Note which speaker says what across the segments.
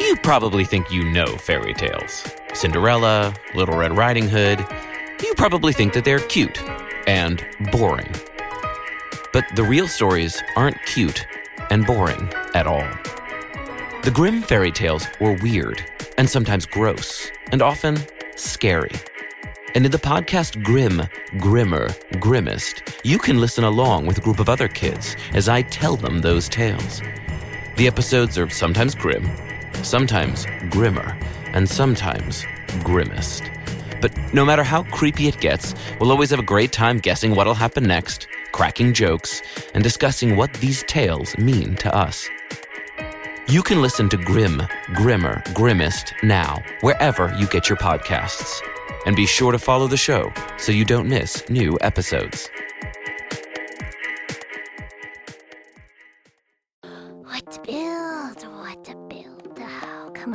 Speaker 1: You probably think you know fairy tales Cinderella, Little Red Riding Hood. You probably think that they're cute and boring. But the real stories aren't cute and boring at all. The Grimm fairy tales were weird and sometimes gross and often scary. And in the podcast Grim, Grimmer, Grimmest, you can listen along with a group of other kids as I tell them those tales. The episodes are sometimes grim, sometimes grimmer, and sometimes grimmest. But no matter how creepy it gets, we'll always have a great time guessing what'll happen next, cracking jokes, and discussing what these tales mean to us. You can listen to Grim, Grimmer, Grimmest now, wherever you get your podcasts. And be sure to follow the show so you don't miss new episodes.
Speaker 2: What to build? What to build? Oh, come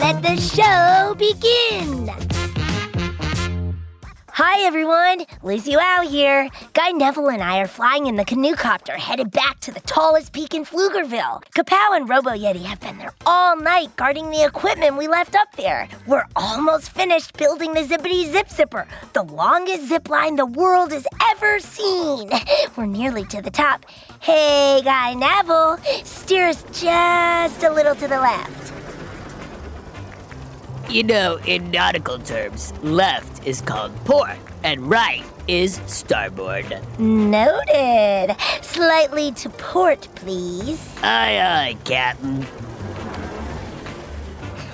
Speaker 2: Let the show begin. Hi, everyone. Lucy Wow here. Guy Neville and I are flying in the canoe copter headed back to the tallest peak in Pflugerville. Kapow and Robo Yeti have been there all night guarding the equipment we left up there. We're almost finished building the Zippity Zip Zipper, the longest zip line the world has ever seen. We're nearly to the top. Hey, Guy Neville, steer us just a little to the left.
Speaker 3: You know, in nautical terms, left is called port, and right is starboard.
Speaker 2: Noted. Slightly to port, please.
Speaker 3: Aye, aye, Captain.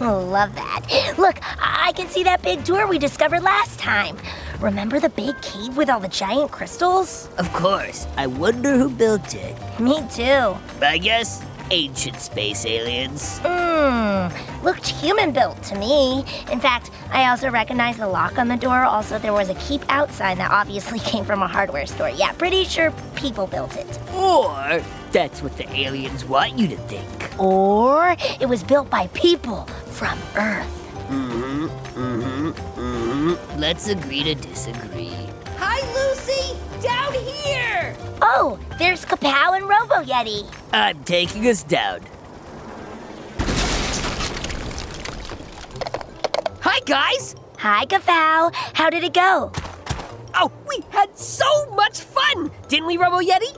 Speaker 2: Love that. Look, I I can see that big door we discovered last time. Remember the big cave with all the giant crystals?
Speaker 3: Of course. I wonder who built it.
Speaker 2: Me too.
Speaker 3: I guess ancient space aliens.
Speaker 2: Mmm, looked human built to me. In fact, I also recognized the lock on the door. Also, there was a keep out sign that obviously came from a hardware store. Yeah, pretty sure people built it.
Speaker 3: Or that's what the aliens want you to think.
Speaker 2: Or it was built by people from Earth.
Speaker 3: Mm-hmm, mm-hmm, mm-hmm. Let's agree to disagree.
Speaker 4: Hi, Lucy! Down here!
Speaker 2: Oh, there's Kapow and Robo Yeti.
Speaker 3: I'm taking us down. Hi, guys!
Speaker 2: Hi, Kapow. How did it go?
Speaker 4: Oh, we had so much fun! Didn't we, Robo Yeti?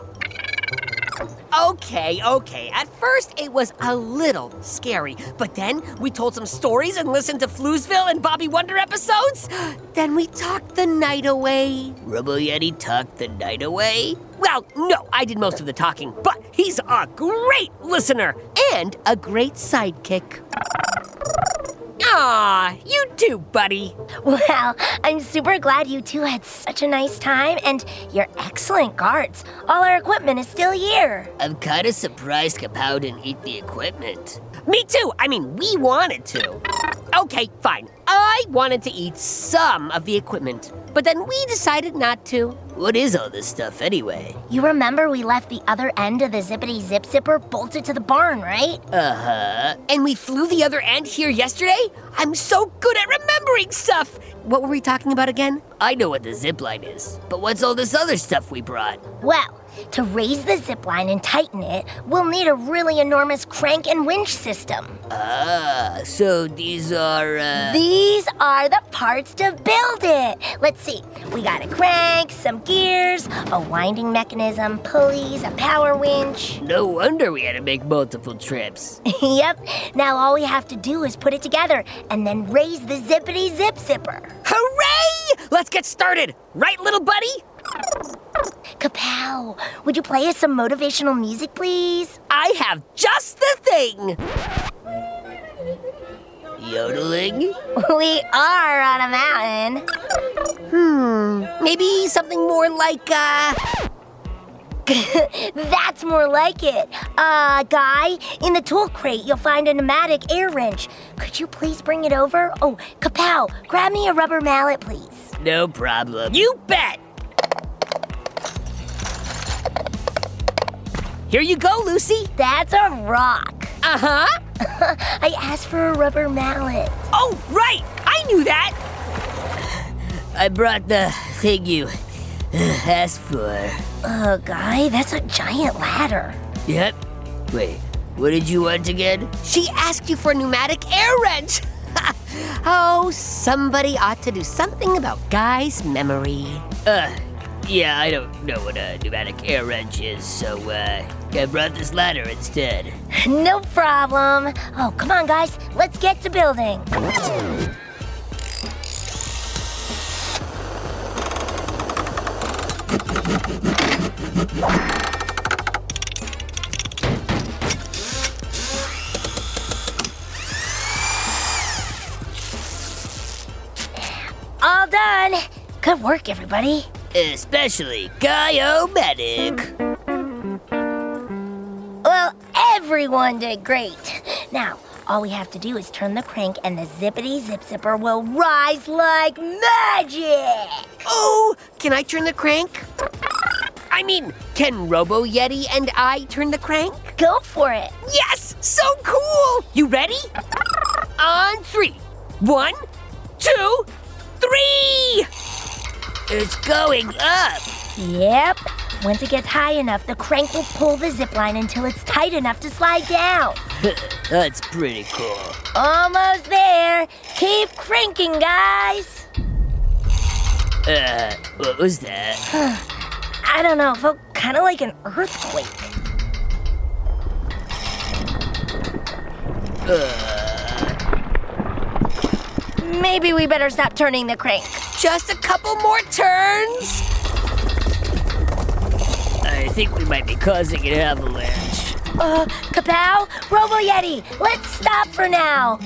Speaker 4: Okay, okay. At first, it was a little scary, but then we told some stories and listened to Flusville and Bobby Wonder episodes. Then we talked the night away.
Speaker 3: Robo Yeti talked the night away.
Speaker 4: Well, no, I did most of the talking, but he's a great listener and a great sidekick. Ah, you too, buddy.
Speaker 2: Well, I'm super glad you two had such a nice time, and you're excellent guards. All our equipment is still here.
Speaker 3: I'm kind of surprised Kapow didn't eat the equipment.
Speaker 4: Me too. I mean, we wanted to. Okay, fine. I wanted to eat some of the equipment, but then we decided not to.
Speaker 3: What is all this stuff anyway?
Speaker 2: You remember we left the other end of the zippity zip zipper bolted to the barn, right?
Speaker 3: Uh huh.
Speaker 4: Uh-huh. And we flew the other end here yesterday? I'm so good at remembering stuff! What were we talking about again?
Speaker 3: I know what the zip line is, but what's all this other stuff we brought?
Speaker 2: Well, To raise the zip line and tighten it, we'll need a really enormous crank and winch system.
Speaker 4: Uh,
Speaker 3: Ah, so these are. Uh...
Speaker 2: These are the parts to build it. Let's see. We got a crank, some gears, a winding mechanism, pulleys, a power winch.
Speaker 3: No wonder we had to make multiple trips.
Speaker 2: yep. Now all we have to do is put it together and then raise the zippity zip zipper.
Speaker 4: Hooray! Let's get started, right, little buddy?
Speaker 2: Kapow, would you play us some motivational music, please?
Speaker 4: I have just the thing.
Speaker 3: Yodeling?
Speaker 2: We are on a mountain.
Speaker 4: Maybe something more like uh,
Speaker 2: That's more like it. Uh, guy, in the tool crate, you'll find a pneumatic air wrench. Could you please bring it over? Oh, Kapow, grab me a rubber mallet, please.
Speaker 3: No problem.
Speaker 4: you bet. Here you go, Lucy.
Speaker 2: That's a rock.
Speaker 4: Uh huh.
Speaker 2: I asked for a rubber mallet.
Speaker 4: Oh, right. I knew that.
Speaker 3: I brought the thing you uh, asked for.
Speaker 2: Uh, guy, that's a giant ladder.
Speaker 3: Yep. Wait, what did you want again?
Speaker 4: She asked you for a pneumatic air wrench. oh, somebody ought to do something about Guy's memory.
Speaker 3: Uh, yeah, I don't know what a pneumatic air wrench is, so, uh, I brought this ladder instead.
Speaker 2: No problem. Oh, come on, guys. Let's get to building. All done. Good work, everybody.
Speaker 3: Especially Guy-O-Medic.
Speaker 2: Well, everyone did great. Now, all we have to do is turn the crank, and the zippity zip zipper will rise like magic.
Speaker 4: Oh, can I turn the crank? I mean, can Robo Yeti and I turn the crank?
Speaker 2: Go for it.
Speaker 4: Yes! So cool! You ready? On three. One, two, three!
Speaker 3: It's going up.
Speaker 2: Yep. Once it gets high enough, the crank will pull the zip line until it's tight enough to slide down.
Speaker 3: That's pretty cool.
Speaker 2: Almost there. Keep cranking, guys.
Speaker 3: Uh, what was that?
Speaker 2: I don't know, it felt kind of like an earthquake. Maybe we better stop turning the crank.
Speaker 4: Just a couple more turns.
Speaker 3: I think we might be causing an avalanche.
Speaker 2: Uh, Kapow, Robo Yeti, let's stop for now.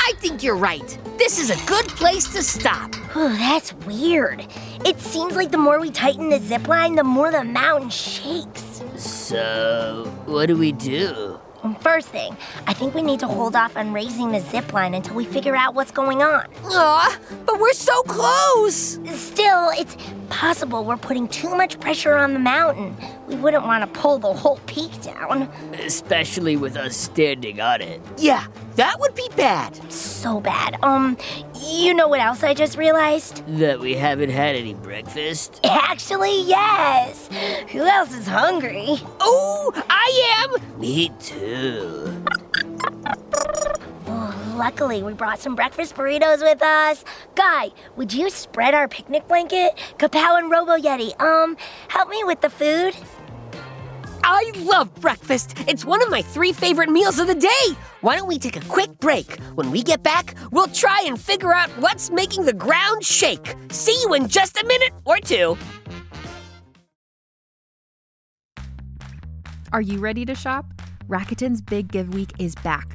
Speaker 4: I think you're right. This is a good place to stop.
Speaker 2: Whew, that's weird. It seems like the more we tighten the zip line, the more the mountain shakes.
Speaker 3: So, what do we do?
Speaker 2: First thing, I think we need to hold off on raising the zip line until we figure out what's going on.
Speaker 4: Aw, but we're so close.
Speaker 2: Still, it's possible we're putting too much pressure on the mountain. We wouldn't want to pull the whole peak down.
Speaker 3: Especially with us standing on it.
Speaker 4: Yeah, that would be bad.
Speaker 2: So bad. Um, you know what else I just realized?
Speaker 3: That we haven't had any breakfast?
Speaker 2: Actually, yes. Who else is hungry?
Speaker 4: Oh, I am.
Speaker 3: Me too.
Speaker 2: Luckily, we brought some breakfast burritos with us. Guy, would you spread our picnic blanket? Kapow and Robo Yeti, um, help me with the food.
Speaker 4: I love breakfast. It's one of my three favorite meals of the day. Why don't we take a quick break? When we get back, we'll try and figure out what's making the ground shake. See you in just a minute or two.
Speaker 5: Are you ready to shop? Rakuten's Big Give Week is back.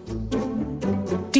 Speaker 6: Do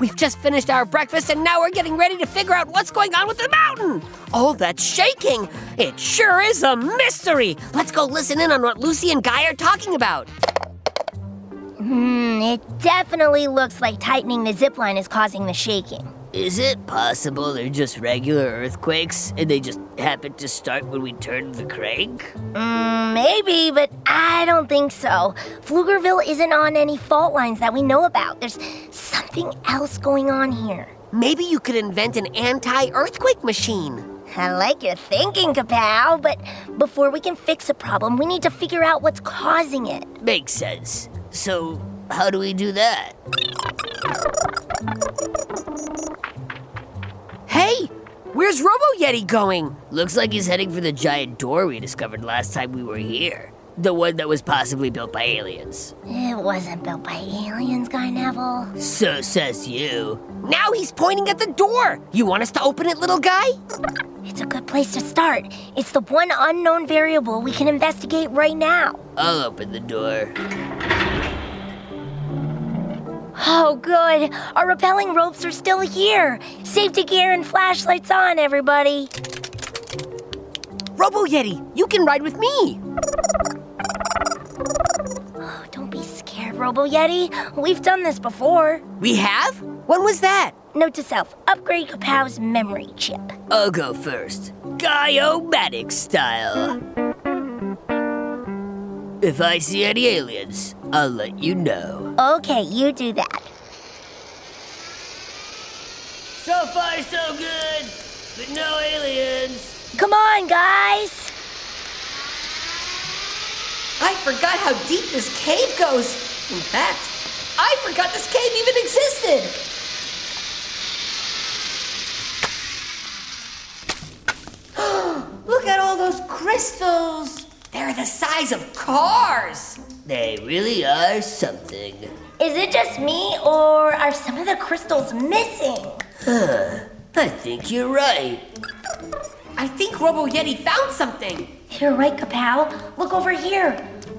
Speaker 4: We've just finished our breakfast and now we're getting ready to figure out what's going on with the mountain! Oh, that's shaking! It sure is a mystery! Let's go listen in on what Lucy and Guy are talking about.
Speaker 2: Hmm, it definitely looks like tightening the zip line is causing the shaking.
Speaker 3: Is it possible they're just regular earthquakes and they just happened to start when we turned the crank?
Speaker 2: Mm, Maybe, but I don't think so. Pflugerville isn't on any fault lines that we know about. There's something else going on here.
Speaker 4: Maybe you could invent an anti earthquake machine.
Speaker 2: I like your thinking, Kapow, but before we can fix a problem, we need to figure out what's causing it.
Speaker 3: Makes sense. So, how do we do that?
Speaker 4: Hey! Where's Robo Yeti going?
Speaker 3: Looks like he's heading for the giant door we discovered last time we were here. The one that was possibly built by aliens.
Speaker 2: It wasn't built by aliens, Guy Neville.
Speaker 3: So says you.
Speaker 4: Now he's pointing at the door! You want us to open it, little guy?
Speaker 2: It's a good place to start. It's the one unknown variable we can investigate right now.
Speaker 3: I'll open the door.
Speaker 2: Oh, good. Our rappelling ropes are still here. Safety gear and flashlights on, everybody.
Speaker 4: Robo Yeti, you can ride with me!
Speaker 2: Oh, don't be scared, Robo Yeti. We've done this before.
Speaker 4: We have? When was that?
Speaker 2: Note to self upgrade Kapow's memory chip.
Speaker 3: I'll go first. Guy-O-Matic style. If I see any aliens, I'll let you know.
Speaker 2: Okay, you do that.
Speaker 3: So far, so good, but no aliens.
Speaker 2: Come on, guys.
Speaker 4: I forgot how deep this cave goes. In fact, I forgot this cave even existed. Look at all those crystals. They're the size of cars.
Speaker 3: They really are something.
Speaker 2: Is it just me, or are some of the crystals missing?
Speaker 3: I think you're right.
Speaker 4: I think Robo Yeti found something.
Speaker 2: You're right, Kapow. Look over here.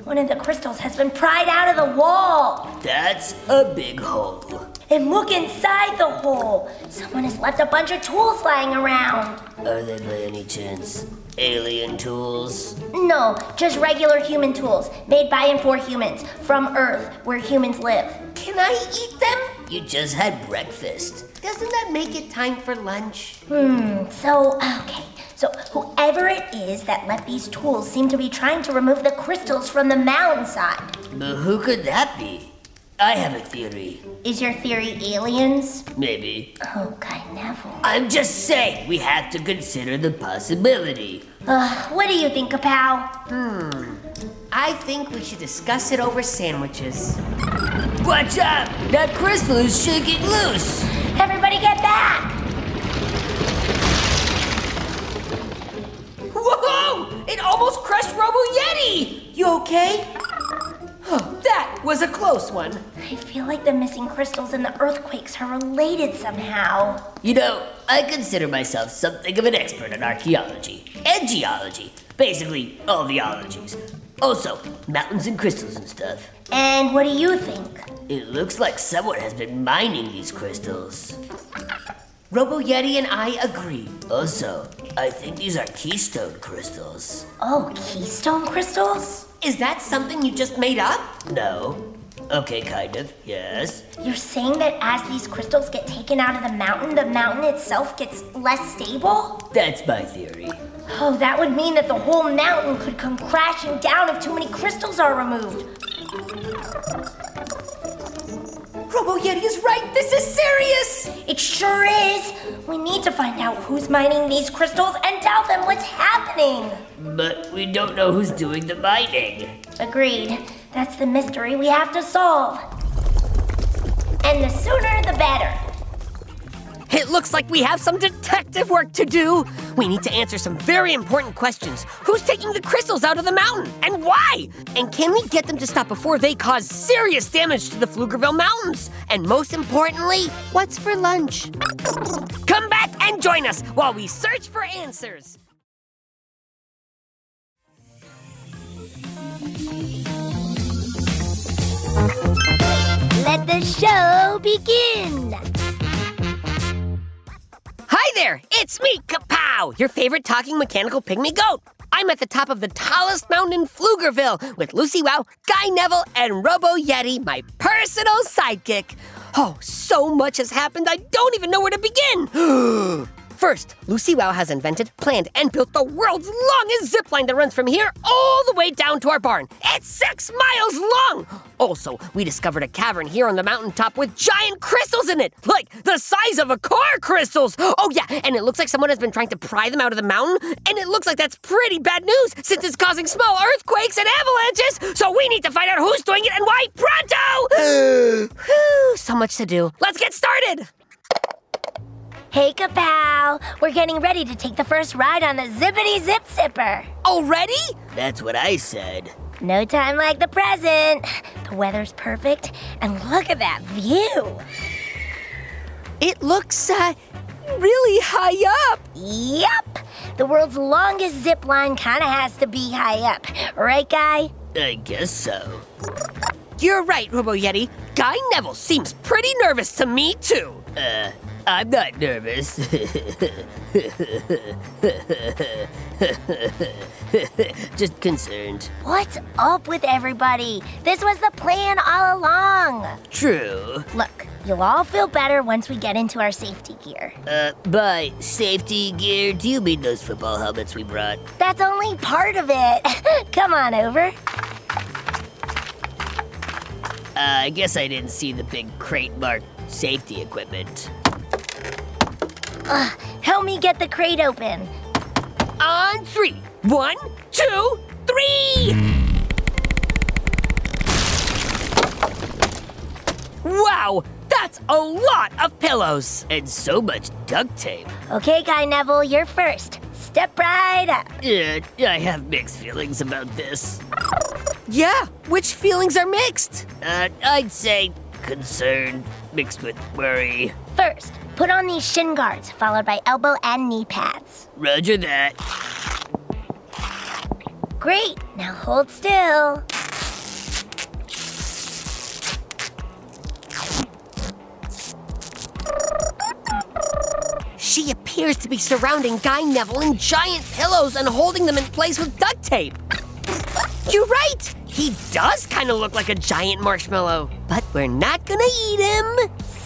Speaker 2: One of the crystals has been pried out of the wall.
Speaker 3: That's a big hole.
Speaker 2: And look inside the hole. Someone has left a bunch of tools lying around.
Speaker 3: Are they by any chance alien tools?
Speaker 2: No, just regular human tools made by and for humans from Earth, where humans live.
Speaker 4: Can I eat them?
Speaker 3: You just had breakfast.
Speaker 4: Doesn't that make it time for lunch?
Speaker 2: Hmm, So, okay. So, whoever it is that left these tools seem to be trying to remove the crystals from the mountainside.
Speaker 3: But who could that be? I have a theory.
Speaker 2: Is your theory aliens?
Speaker 3: Maybe.
Speaker 2: Oh, God, Neville.
Speaker 3: I'm just saying, we have to consider the possibility.
Speaker 2: Ugh, what do you think, Kapow?
Speaker 4: I think we should discuss it over sandwiches.
Speaker 3: Watch out! That crystal is shaking loose!
Speaker 2: Everybody get back!
Speaker 4: Whoa! It almost crushed Robo Yeti! You okay? Huh, that was a close one.
Speaker 2: I feel like the missing crystals and the earthquakes are related somehow.
Speaker 3: You know, I consider myself something of an expert in archaeology and geology. Basically, all the ologies. Also, mountains and crystals and stuff.
Speaker 2: And what do you think?
Speaker 3: It looks like someone has been mining these crystals. Robo Yeti and I agree. Also, I think these are keystone crystals.
Speaker 2: Oh, keystone crystals?
Speaker 3: Is that something you just made up? No. Okay, kind of. Yes.
Speaker 2: You're saying that as these crystals get taken out of the mountain, the mountain itself gets less stable?
Speaker 3: That's my theory.
Speaker 2: Oh, that would mean that the whole mountain could come crashing down if too many crystals are removed.
Speaker 3: Robo Yeti is right. This is serious.
Speaker 2: It sure is! We need to find out who's mining these crystals and tell them what's happening!
Speaker 3: But we don't know who's doing the mining.
Speaker 2: Agreed. That's the mystery we have to solve. And the sooner the better.
Speaker 4: It looks like we have some detective work to do. We need to answer some very important questions. Who's taking the crystals out of the mountain and why? And can we get them to stop before they cause serious damage to the Pflugerville Mountains? And most importantly, what's for lunch? Come back and join us while we search for answers.
Speaker 2: Let the show begin!
Speaker 4: Hi there, it's me, Kapow, your favorite talking mechanical pygmy goat. I'm at the top of the tallest mountain in Pflugerville with Lucy Wow, Guy Neville, and Robo Yeti, my personal sidekick. Oh, so much has happened, I don't even know where to begin. First, Lucy Wow has invented, planned, and built the world's longest zip line that runs from here all the way down to our barn. It's six miles long! Also, we discovered a cavern here on the mountaintop with giant crystals in it, like the size of a car crystals! Oh, yeah, and it looks like someone has been trying to pry them out of the mountain, and it looks like that's pretty bad news since it's causing small earthquakes and avalanches, so we need to find out who's doing it and why pronto! Whew, so much to do. Let's get started!
Speaker 2: Hey, Kapow! We're getting ready to take the first ride on the Zippity Zip Zipper.
Speaker 4: Already?
Speaker 3: That's what I said.
Speaker 2: No time like the present. The weather's perfect, and look at that view.
Speaker 4: It looks uh, really high up.
Speaker 2: Yup! The world's longest zip line kinda has to be high up. Right, guy?
Speaker 3: I guess so.
Speaker 4: You're right, Robo Yeti. Guy Neville seems pretty nervous to me too.
Speaker 3: Uh, I'm not nervous. Just concerned.
Speaker 2: What's up with everybody? This was the plan all along.
Speaker 3: True.
Speaker 2: Look, you'll all feel better once we get into our safety gear.
Speaker 3: Uh, by safety gear, do you mean those football helmets we brought?
Speaker 2: That's only part of it. Come on over.
Speaker 3: Uh, I guess I didn't see the big crate marked safety equipment.
Speaker 2: Help me get the crate open.
Speaker 4: On three. One, two, three! Wow, that's a lot of pillows.
Speaker 3: And so much duct tape.
Speaker 2: Okay, Guy Neville, you're first. Step right up.
Speaker 3: Uh, I have mixed feelings about this.
Speaker 4: Yeah, which feelings are mixed?
Speaker 3: Uh, I'd say concern mixed with worry.
Speaker 2: First, put on these shin guards, followed by elbow and knee pads.
Speaker 3: Roger that.
Speaker 2: Great, now hold still.
Speaker 4: She appears to be surrounding Guy Neville in giant pillows and holding them in place with duct tape. You're right! He does kind of look like a giant marshmallow, but we're not gonna eat him.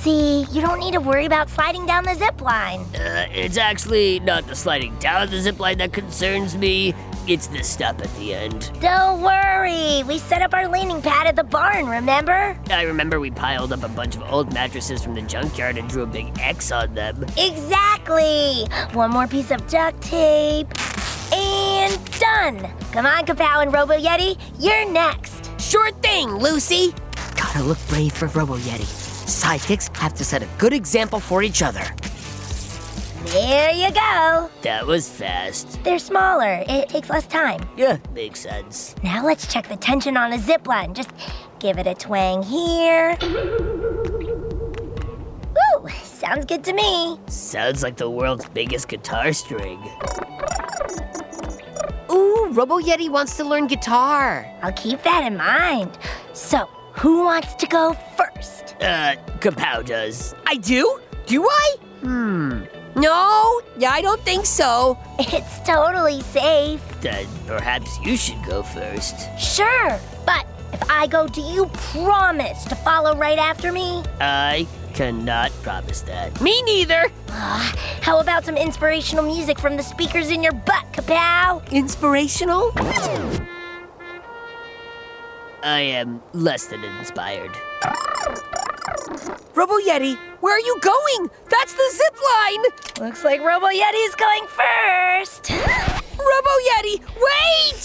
Speaker 2: See, you don't need to worry about sliding down the zip line.
Speaker 3: Uh, it's actually not the sliding down the zipline that concerns me, it's the stop at the end.
Speaker 2: Don't worry, we set up our landing pad at the barn, remember?
Speaker 3: I remember we piled up a bunch of old mattresses from the junkyard and drew a big X on them.
Speaker 2: Exactly! One more piece of duct tape. And done! Come on, Kapow and Robo Yeti, you're next.
Speaker 4: Sure thing, Lucy. Gotta look brave for Robo Yeti. Sidekicks have to set a good example for each other.
Speaker 2: There you go.
Speaker 3: That was fast.
Speaker 2: They're smaller, it takes less time.
Speaker 3: Yeah, makes sense.
Speaker 2: Now let's check the tension on a zip line. Just give it a twang here. Ooh, sounds good to me.
Speaker 3: Sounds like the world's biggest guitar string.
Speaker 4: Ooh, Robo Yeti wants to learn guitar.
Speaker 2: I'll keep that in mind. So, who wants to go first?
Speaker 3: Uh, Kapow does.
Speaker 4: I do? Do I? Hmm. No, yeah, I don't think so.
Speaker 2: It's totally safe.
Speaker 3: Then perhaps you should go first.
Speaker 2: Sure, but if I go, do you promise to follow right after me?
Speaker 3: I cannot promise that.
Speaker 4: Me neither.
Speaker 2: How about some inspirational music from the speakers in your butt, Kapow?
Speaker 4: Inspirational?
Speaker 3: I am less than inspired.
Speaker 4: Robo Yeti, where are you going? That's the zip line!
Speaker 2: Looks like Robo Yeti's going first.
Speaker 4: Robo Yeti, wait!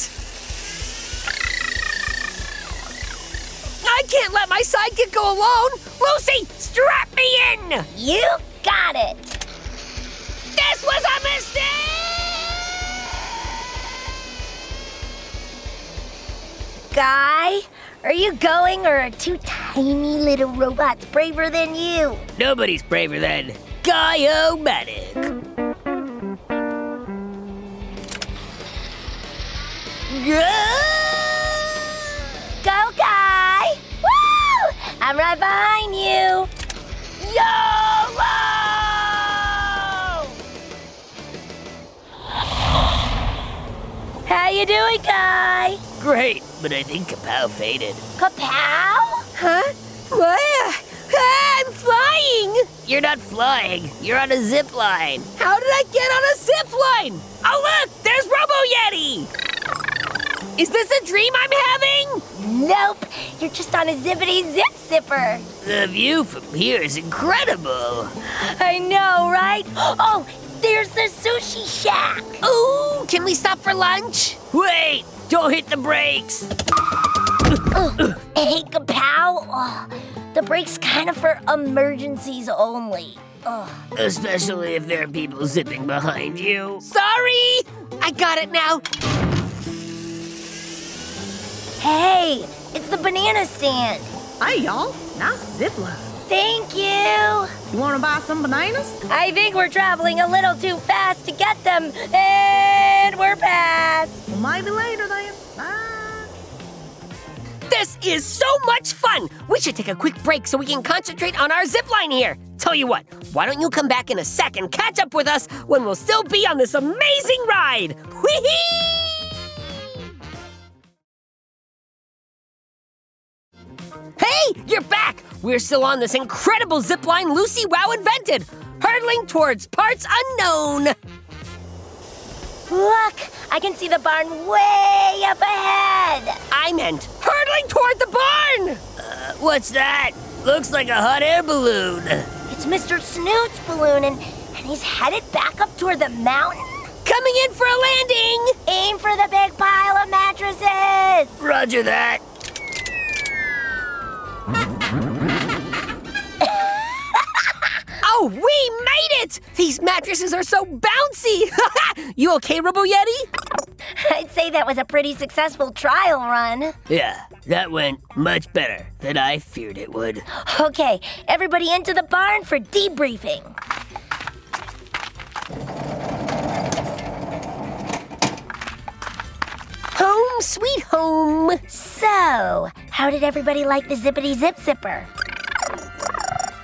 Speaker 4: I can't let my sidekick go alone! Lucy, strap me in!
Speaker 2: You got it.
Speaker 4: This was a mistake!
Speaker 2: Guy, are you going or are two tiny little robots braver than you?
Speaker 3: Nobody's braver than Guyomedic.
Speaker 2: Go, Guy! Woo! I'm right behind you. YOLO! How you doing, Guy?
Speaker 3: Great, but I think Kapow faded.
Speaker 2: Kapow?
Speaker 4: Huh? What? Ah, I'm flying!
Speaker 3: You're not flying. You're on a zip line.
Speaker 4: How did I get on a zip line? Oh, look! There's Robo Yeti! Is this a dream I'm having?
Speaker 2: Nope, you're just on a zippity zip zipper.
Speaker 3: The view from here is incredible.
Speaker 2: I know, right? Oh, there's the sushi shack.
Speaker 4: Ooh, can we stop for lunch?
Speaker 3: Wait, don't hit the brakes.
Speaker 2: Hey, Kapow. Oh, the brake's kind of for emergencies only.
Speaker 3: Especially if there are people zipping behind you.
Speaker 4: Sorry! I got it now.
Speaker 2: Hey, it's the banana stand.
Speaker 7: Hey y'all, nice Zipla.
Speaker 2: Thank you.
Speaker 7: You wanna buy some bananas?
Speaker 2: I think we're traveling a little too fast to get them, and we're past.
Speaker 7: Well, maybe later then. Bye.
Speaker 4: This is so much fun! We should take a quick break so we can concentrate on our zip line here. Tell you what, why don't you come back in a sec and catch up with us when we'll still be on this amazing ride? Whee! Hey, you're back! We're still on this incredible zip line Lucy Wow invented, hurtling towards parts unknown.
Speaker 2: Look, I can see the barn way up ahead.
Speaker 4: I meant hurtling toward the barn. Uh,
Speaker 3: What's that? Looks like a hot air balloon.
Speaker 2: It's Mr. Snoot's balloon, and, and he's headed back up toward the mountain.
Speaker 4: Coming in for a landing.
Speaker 2: Aim for the big pile of mattresses.
Speaker 3: Roger that.
Speaker 4: Oh, we made it! These mattresses are so bouncy! you okay, Robo Yeti?
Speaker 2: I'd say that was a pretty successful trial run.
Speaker 3: Yeah, that went much better than I feared it would.
Speaker 2: Okay, everybody into the barn for debriefing.
Speaker 4: Home, sweet home.
Speaker 2: So, how did everybody like the zippity zip zipper?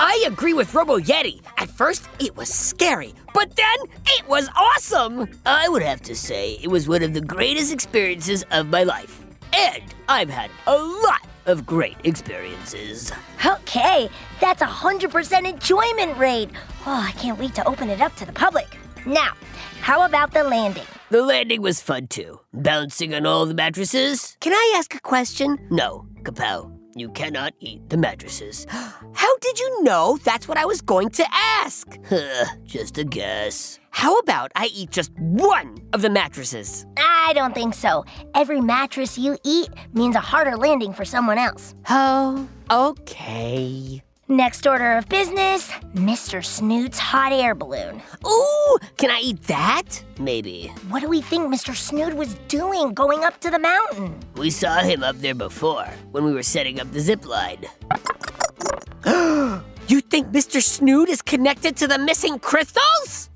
Speaker 4: I agree with Robo Yeti. At first, it was scary, but then it was awesome.
Speaker 3: I would have to say it was one of the greatest experiences of my life. And I've had a lot of great experiences.
Speaker 2: Okay, that's a 100% enjoyment rate. Oh, I can't wait to open it up to the public. Now, how about the landing?
Speaker 3: The landing was fun too. Bouncing on all the mattresses?
Speaker 4: Can I ask a question?
Speaker 3: No, Kapow, you cannot eat the mattresses.
Speaker 4: How did you know that's what I was going to ask?
Speaker 3: Just a guess.
Speaker 4: How about I eat just one of the mattresses?
Speaker 2: I don't think so. Every mattress you eat means a harder landing for someone else.
Speaker 4: Oh, okay.
Speaker 2: Next order of business Mr. Snoot's hot air balloon.
Speaker 4: Ooh, can I eat that?
Speaker 3: Maybe.
Speaker 2: What do we think Mr. Snoot was doing going up to the mountain?
Speaker 3: We saw him up there before when we were setting up the zip line.
Speaker 4: You think Mr. Snoot is connected to the missing crystals?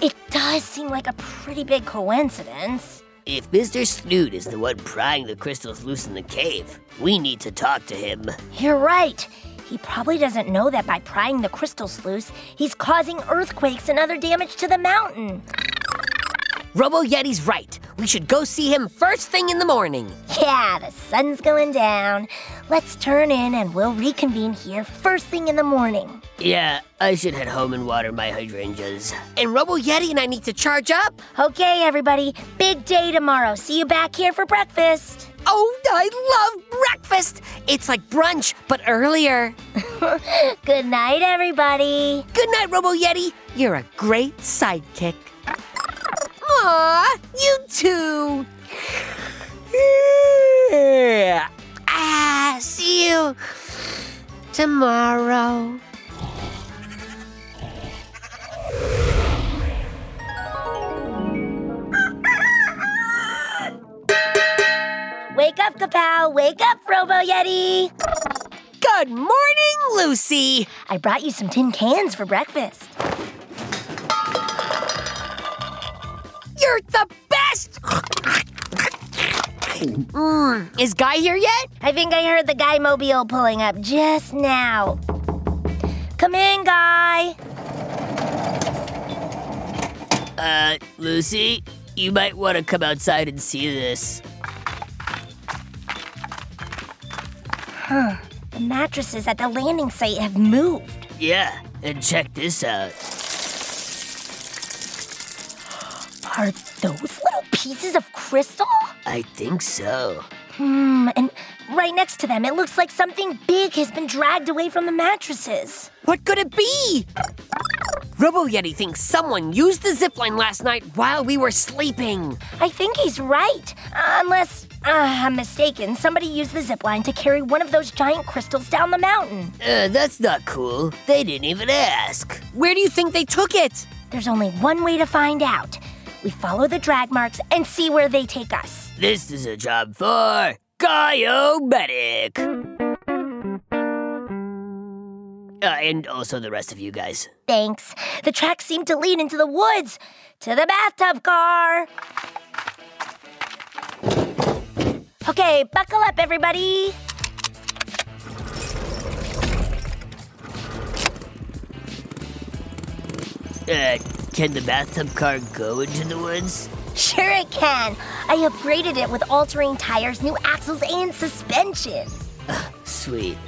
Speaker 2: It does does seem like a pretty big coincidence.
Speaker 3: If Mr. Snoot is the one prying the crystals loose in the cave, we need to talk to him.
Speaker 2: You're right. He probably doesn't know that by prying the crystals loose, he's causing earthquakes and other damage to the mountain.
Speaker 4: Robo Yeti's right. We should go see him first thing in the morning.
Speaker 2: Yeah, the sun's going down. Let's turn in and we'll reconvene here first thing in the morning.
Speaker 3: Yeah, I should head home and water my hydrangeas.
Speaker 4: And Robo Yeti and I need to charge up.
Speaker 2: Okay, everybody, big day tomorrow. See you back here for breakfast.
Speaker 4: Oh, I love breakfast. It's like brunch, but earlier.
Speaker 2: Good night, everybody.
Speaker 4: Good night, Robo Yeti. You're a great sidekick. Aw, you too. ah, see you tomorrow.
Speaker 2: Wake up, Kapow. Wake up, Robo Yeti.
Speaker 4: Good morning, Lucy.
Speaker 2: I brought you some tin cans for breakfast.
Speaker 4: You're the best. Mm, is Guy here yet?
Speaker 2: I think I heard the guy mobile pulling up just now. Come in, guy.
Speaker 3: Uh, Lucy, you might want to come outside and see this.
Speaker 2: The mattresses at the landing site have moved.
Speaker 3: Yeah, and check this out.
Speaker 2: Are those little pieces of crystal?
Speaker 3: I think so.
Speaker 2: Hmm, and right next to them, it looks like something big has been dragged away from the mattresses.
Speaker 4: What could it be? Robo Yeti thinks someone used the zipline last night while we were sleeping.
Speaker 2: I think he's right. Unless uh, I'm mistaken, somebody used the zipline to carry one of those giant crystals down the mountain.
Speaker 3: Uh, that's not cool. They didn't even ask.
Speaker 4: Where do you think they took it?
Speaker 2: There's only one way to find out. We follow the drag marks and see where they take us.
Speaker 3: This is a job for Medic. Uh, and also the rest of you guys.
Speaker 2: Thanks. The tracks seem to lead into the woods. To the bathtub car. Okay, buckle up, everybody.
Speaker 3: Uh, can the bathtub car go into the woods?
Speaker 2: Sure, it can. I upgraded it with all terrain tires, new axles, and suspension.
Speaker 3: Sweet.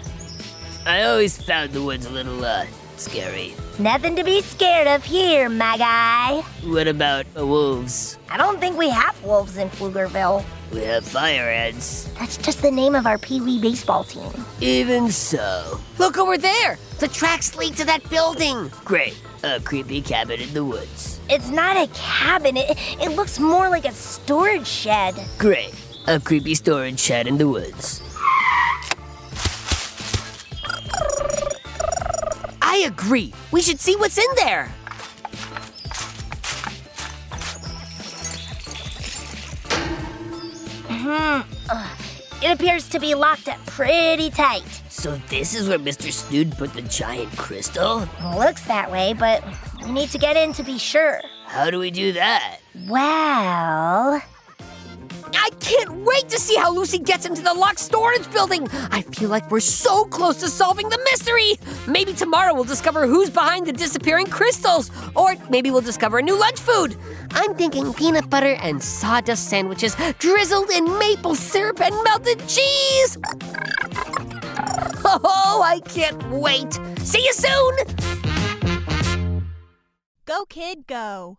Speaker 3: I always found the woods a little, uh, scary.
Speaker 2: Nothing to be scared of here, my guy.
Speaker 3: What about uh, wolves?
Speaker 2: I don't think we have wolves in Pflugerville.
Speaker 3: We have fire ants.
Speaker 2: That's just the name of our Pee Wee baseball team.
Speaker 3: Even so.
Speaker 4: Look over there. The tracks lead to that building.
Speaker 3: Great. A creepy cabin in the woods.
Speaker 2: It's not a cabin, it, it looks more like a storage shed.
Speaker 3: Great. A creepy storage shed in the woods.
Speaker 4: I agree. We should see what's in there.
Speaker 2: It appears to be locked up pretty tight.
Speaker 3: So this is where Mr. Snood put the giant crystal?
Speaker 2: Looks that way, but we need to get in to be sure.
Speaker 3: How do we do that?
Speaker 2: Well,
Speaker 4: I can't wait to see how Lucy gets into the locked storage building. I feel like we're so close to solving the mystery. Maybe tomorrow we'll discover who's behind the disappearing crystals, or maybe we'll discover a new lunch food. I'm thinking peanut butter and sawdust sandwiches drizzled in maple syrup and melted cheese. Oh, I can't wait. See you soon.
Speaker 8: Go, kid, go.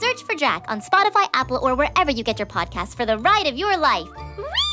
Speaker 9: Search for Drac on Spotify, Apple, or wherever you get your podcasts for the ride of your life. Whee!